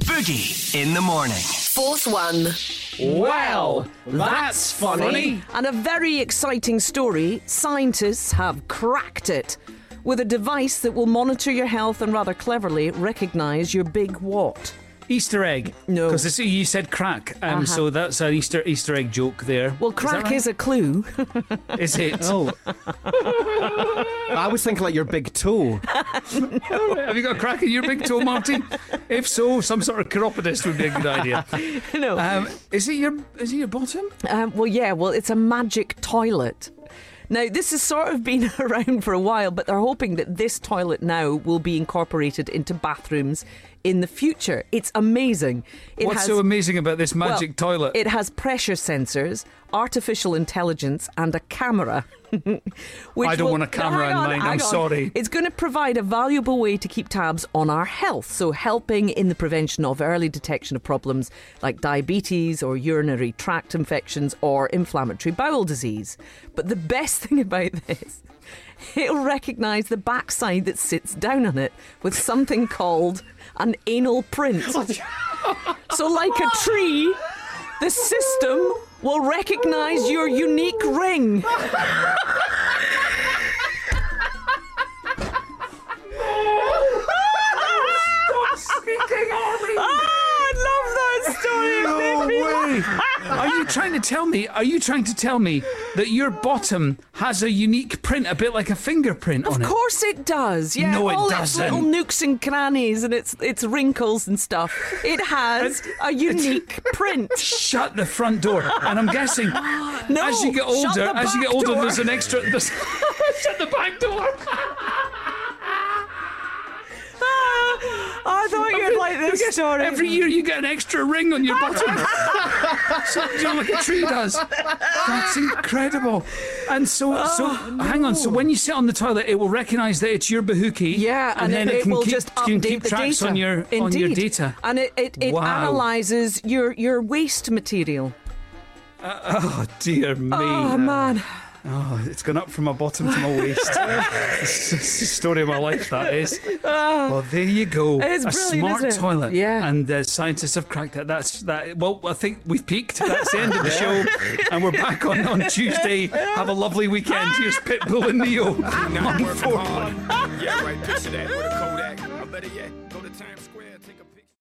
Boogie in the morning. Fourth one. Well, that's funny. And a very exciting story scientists have cracked it with a device that will monitor your health and rather cleverly recognise your big what. Easter egg. No. because you said crack, um, Uh-huh. so that's an Easter Easter egg joke there. Well, crack is, a clue. that right? is it? Oh. I was thinking like your big toe. Have you got a crack in your big toe, Marty? if so, some sort of chiropodist would be a good idea. no. Um, is it your is it your bottom? Um, well, yeah, well, it's a magic toilet. Now, this has sort of been around for a while, but they're hoping that this toilet now will be incorporated into bathrooms in the future. It's amazing. It What's has- so amazing about this well, magic toilet? It has pressure sensors, artificial intelligence, and a camera. which I don't want a camera hang in on, mine, hang I'm on. sorry. It's going to provide a valuable way to keep tabs on our health, so helping in the prevention of early detection of problems like diabetes or urinary tract infections or inflammatory bowel disease. But the best thing about this, it'll recognise the backside that sits down on it with something called an anal print. So, like a tree, the system will recognise your unique ring. I love that story. No way! Are you trying to tell me? Are you trying to tell me that your bottom has a unique print, a bit like a fingerprint on Of it? course it does. Yeah, No, it all its doesn't. little nooks and crannies and its its wrinkles and stuff. It has a unique print. Shut the front door, and I'm guessing No, as you get shut older, the as you get back older, door. there's an extra. There's, shut the back door. Ah, I thought you'd like I this guess story. Every year you get an extra ring on your bottom. Something like a tree does. That's incredible. And so, so Oh, hang on. So when you sit on the toilet, it will recognise that it's your bahookie. Yeah, and, then it, it, can will keep, just can update keep the tracks data. on your Indeed. on your data. and it it, it Wow. analyzes your your waste material. Oh dear me! Oh man, Oh, it's gone up from my bottom to my waist. it's it's the story of my life, that is. well, there you go. Ah. It is a brilliant, smart isn't it? toilet. Yeah. And uh, scientists have cracked that. That's that. Well, I think we've peaked. That's the end of the show. And we're back on on Tuesday. Have a lovely weekend. Here's Pitbull and Neo. Not working hard. Yeah, right. Picture that. With a Kodak. Or better yet, go to Times Square.